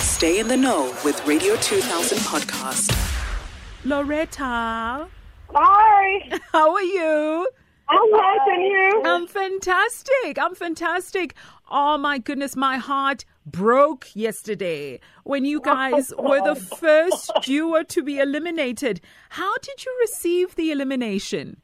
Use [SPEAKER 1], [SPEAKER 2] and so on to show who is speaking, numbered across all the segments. [SPEAKER 1] Stay in the know with Radio 2000 podcast.
[SPEAKER 2] Loretta,
[SPEAKER 3] Hi.
[SPEAKER 2] how are you?
[SPEAKER 3] I'm watching you.
[SPEAKER 2] I'm fantastic. I'm fantastic. Oh my goodness, my heart broke yesterday when you guys were the first duo to be eliminated. How did you receive the elimination?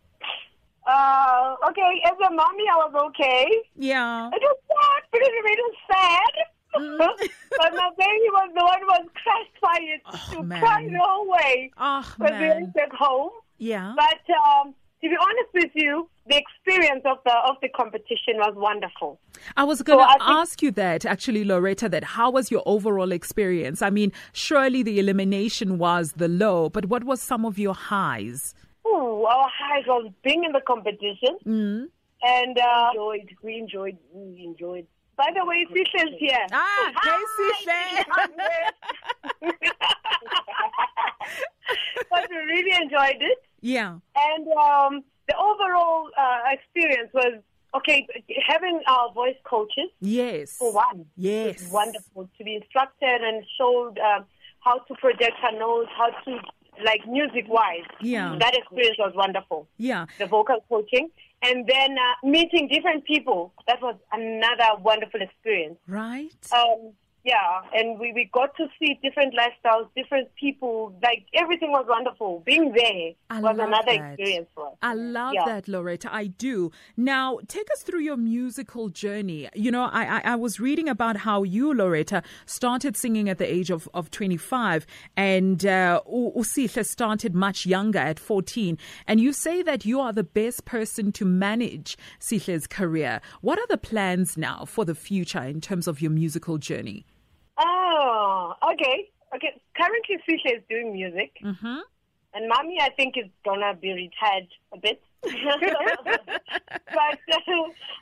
[SPEAKER 3] Uh, okay, as a mommy, I was okay.
[SPEAKER 2] Yeah.
[SPEAKER 3] It was sad because it made us sad.
[SPEAKER 2] Mm.
[SPEAKER 3] but my baby was the one who was crushed by it. she
[SPEAKER 2] Oh, man.
[SPEAKER 3] cried the whole way
[SPEAKER 2] Oh
[SPEAKER 3] when we
[SPEAKER 2] man.
[SPEAKER 3] went back home.
[SPEAKER 2] Yeah.
[SPEAKER 3] But um, to be honest with you, the experience of the of the competition was wonderful.
[SPEAKER 2] I was going to
[SPEAKER 3] I think-
[SPEAKER 2] ask you that actually, Loretta, that how was your overall experience? I mean, surely the elimination was the low, but what was some of your highs?
[SPEAKER 3] Ooh, our highs was being in the competition, and uh, enjoyed. We enjoyed. We enjoyed. By the way, Fisher's here. Oh,
[SPEAKER 2] Ah, Casey Fair.
[SPEAKER 3] but we really enjoyed it.
[SPEAKER 2] Yeah.
[SPEAKER 3] And um, the overall uh, experience was okay, having our voice coaches
[SPEAKER 2] Yes.
[SPEAKER 3] for one.
[SPEAKER 2] Yes.
[SPEAKER 3] was wonderful to be instructed and showed um, how to project her notes, how to, like, music wise.
[SPEAKER 2] Yeah.
[SPEAKER 3] That experience was wonderful.
[SPEAKER 2] Yeah.
[SPEAKER 3] The vocal coaching. And then uh, meeting different people. That was another wonderful experience.
[SPEAKER 2] Right?
[SPEAKER 3] Um, yeah, and we, we got to see different lifestyles, different people. Like everything was wonderful. Being there
[SPEAKER 2] I
[SPEAKER 3] was
[SPEAKER 2] love
[SPEAKER 3] another
[SPEAKER 2] that.
[SPEAKER 3] experience for us.
[SPEAKER 2] I love
[SPEAKER 3] Yeah.
[SPEAKER 2] that, Loretta. I do. Now, take us through your musical journey. You know, I, I, I was reading about how you, Loretta, started singing at the age of, of 25, and uh, U- Usihle started much younger at 14. And you say that you are the best person to manage Sihle's career. What are the plans now for the future in terms of your musical journey?
[SPEAKER 3] Oh, okay, okay. Currently, Fisher is doing music, mm-hmm. and Mommy, I think, is gonna be retired a bit. but uh,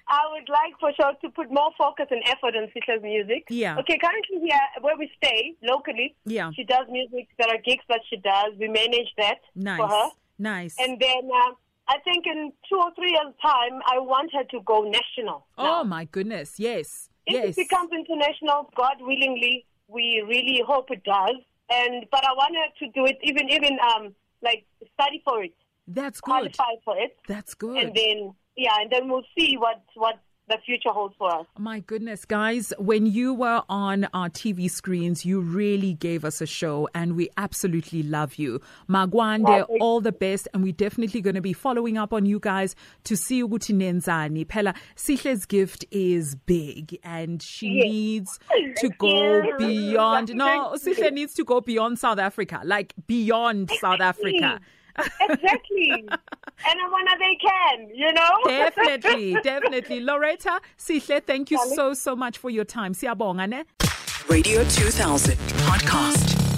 [SPEAKER 3] I would like for sure to put more focus and effort on Fisher's music.
[SPEAKER 2] Yeah.
[SPEAKER 3] Okay, currently here where we stay locally.
[SPEAKER 2] Yeah.
[SPEAKER 3] She does music. There are gigs that she does. We manage that for her.
[SPEAKER 2] Nice. Nice.
[SPEAKER 3] Uh-huh. And then uh, I think in two or three years' time, I want her to go national.
[SPEAKER 2] oh,
[SPEAKER 3] now.
[SPEAKER 2] my goodness. Yes.
[SPEAKER 3] If
[SPEAKER 2] yes.
[SPEAKER 3] it becomes international, God willingly, we really hope it does. And but I want her to do it, even even um like study for it,
[SPEAKER 2] That's good.
[SPEAKER 3] qualify for it,
[SPEAKER 2] That's good.
[SPEAKER 3] and then yeah, and then we'll see what what the future holds for us.
[SPEAKER 2] My goodness, guys, when you were on our TV screens, you really gave us a show and we absolutely love you. Magwande, all the best. And we're definitely going to be following up on you guys to see ukuthi nenzani. Pella, Sihle's gift is big and she needs to go
[SPEAKER 3] you.
[SPEAKER 2] beyond. No, Sihle needs to go beyond South Africa, like beyond South Africa.
[SPEAKER 3] exactly. And I want her they can, you know.
[SPEAKER 2] Definitely, definitely. Loretta, Sihle, thank you so, so much for your time. Siyabonga, ne?
[SPEAKER 1] Radio 2000 podcast.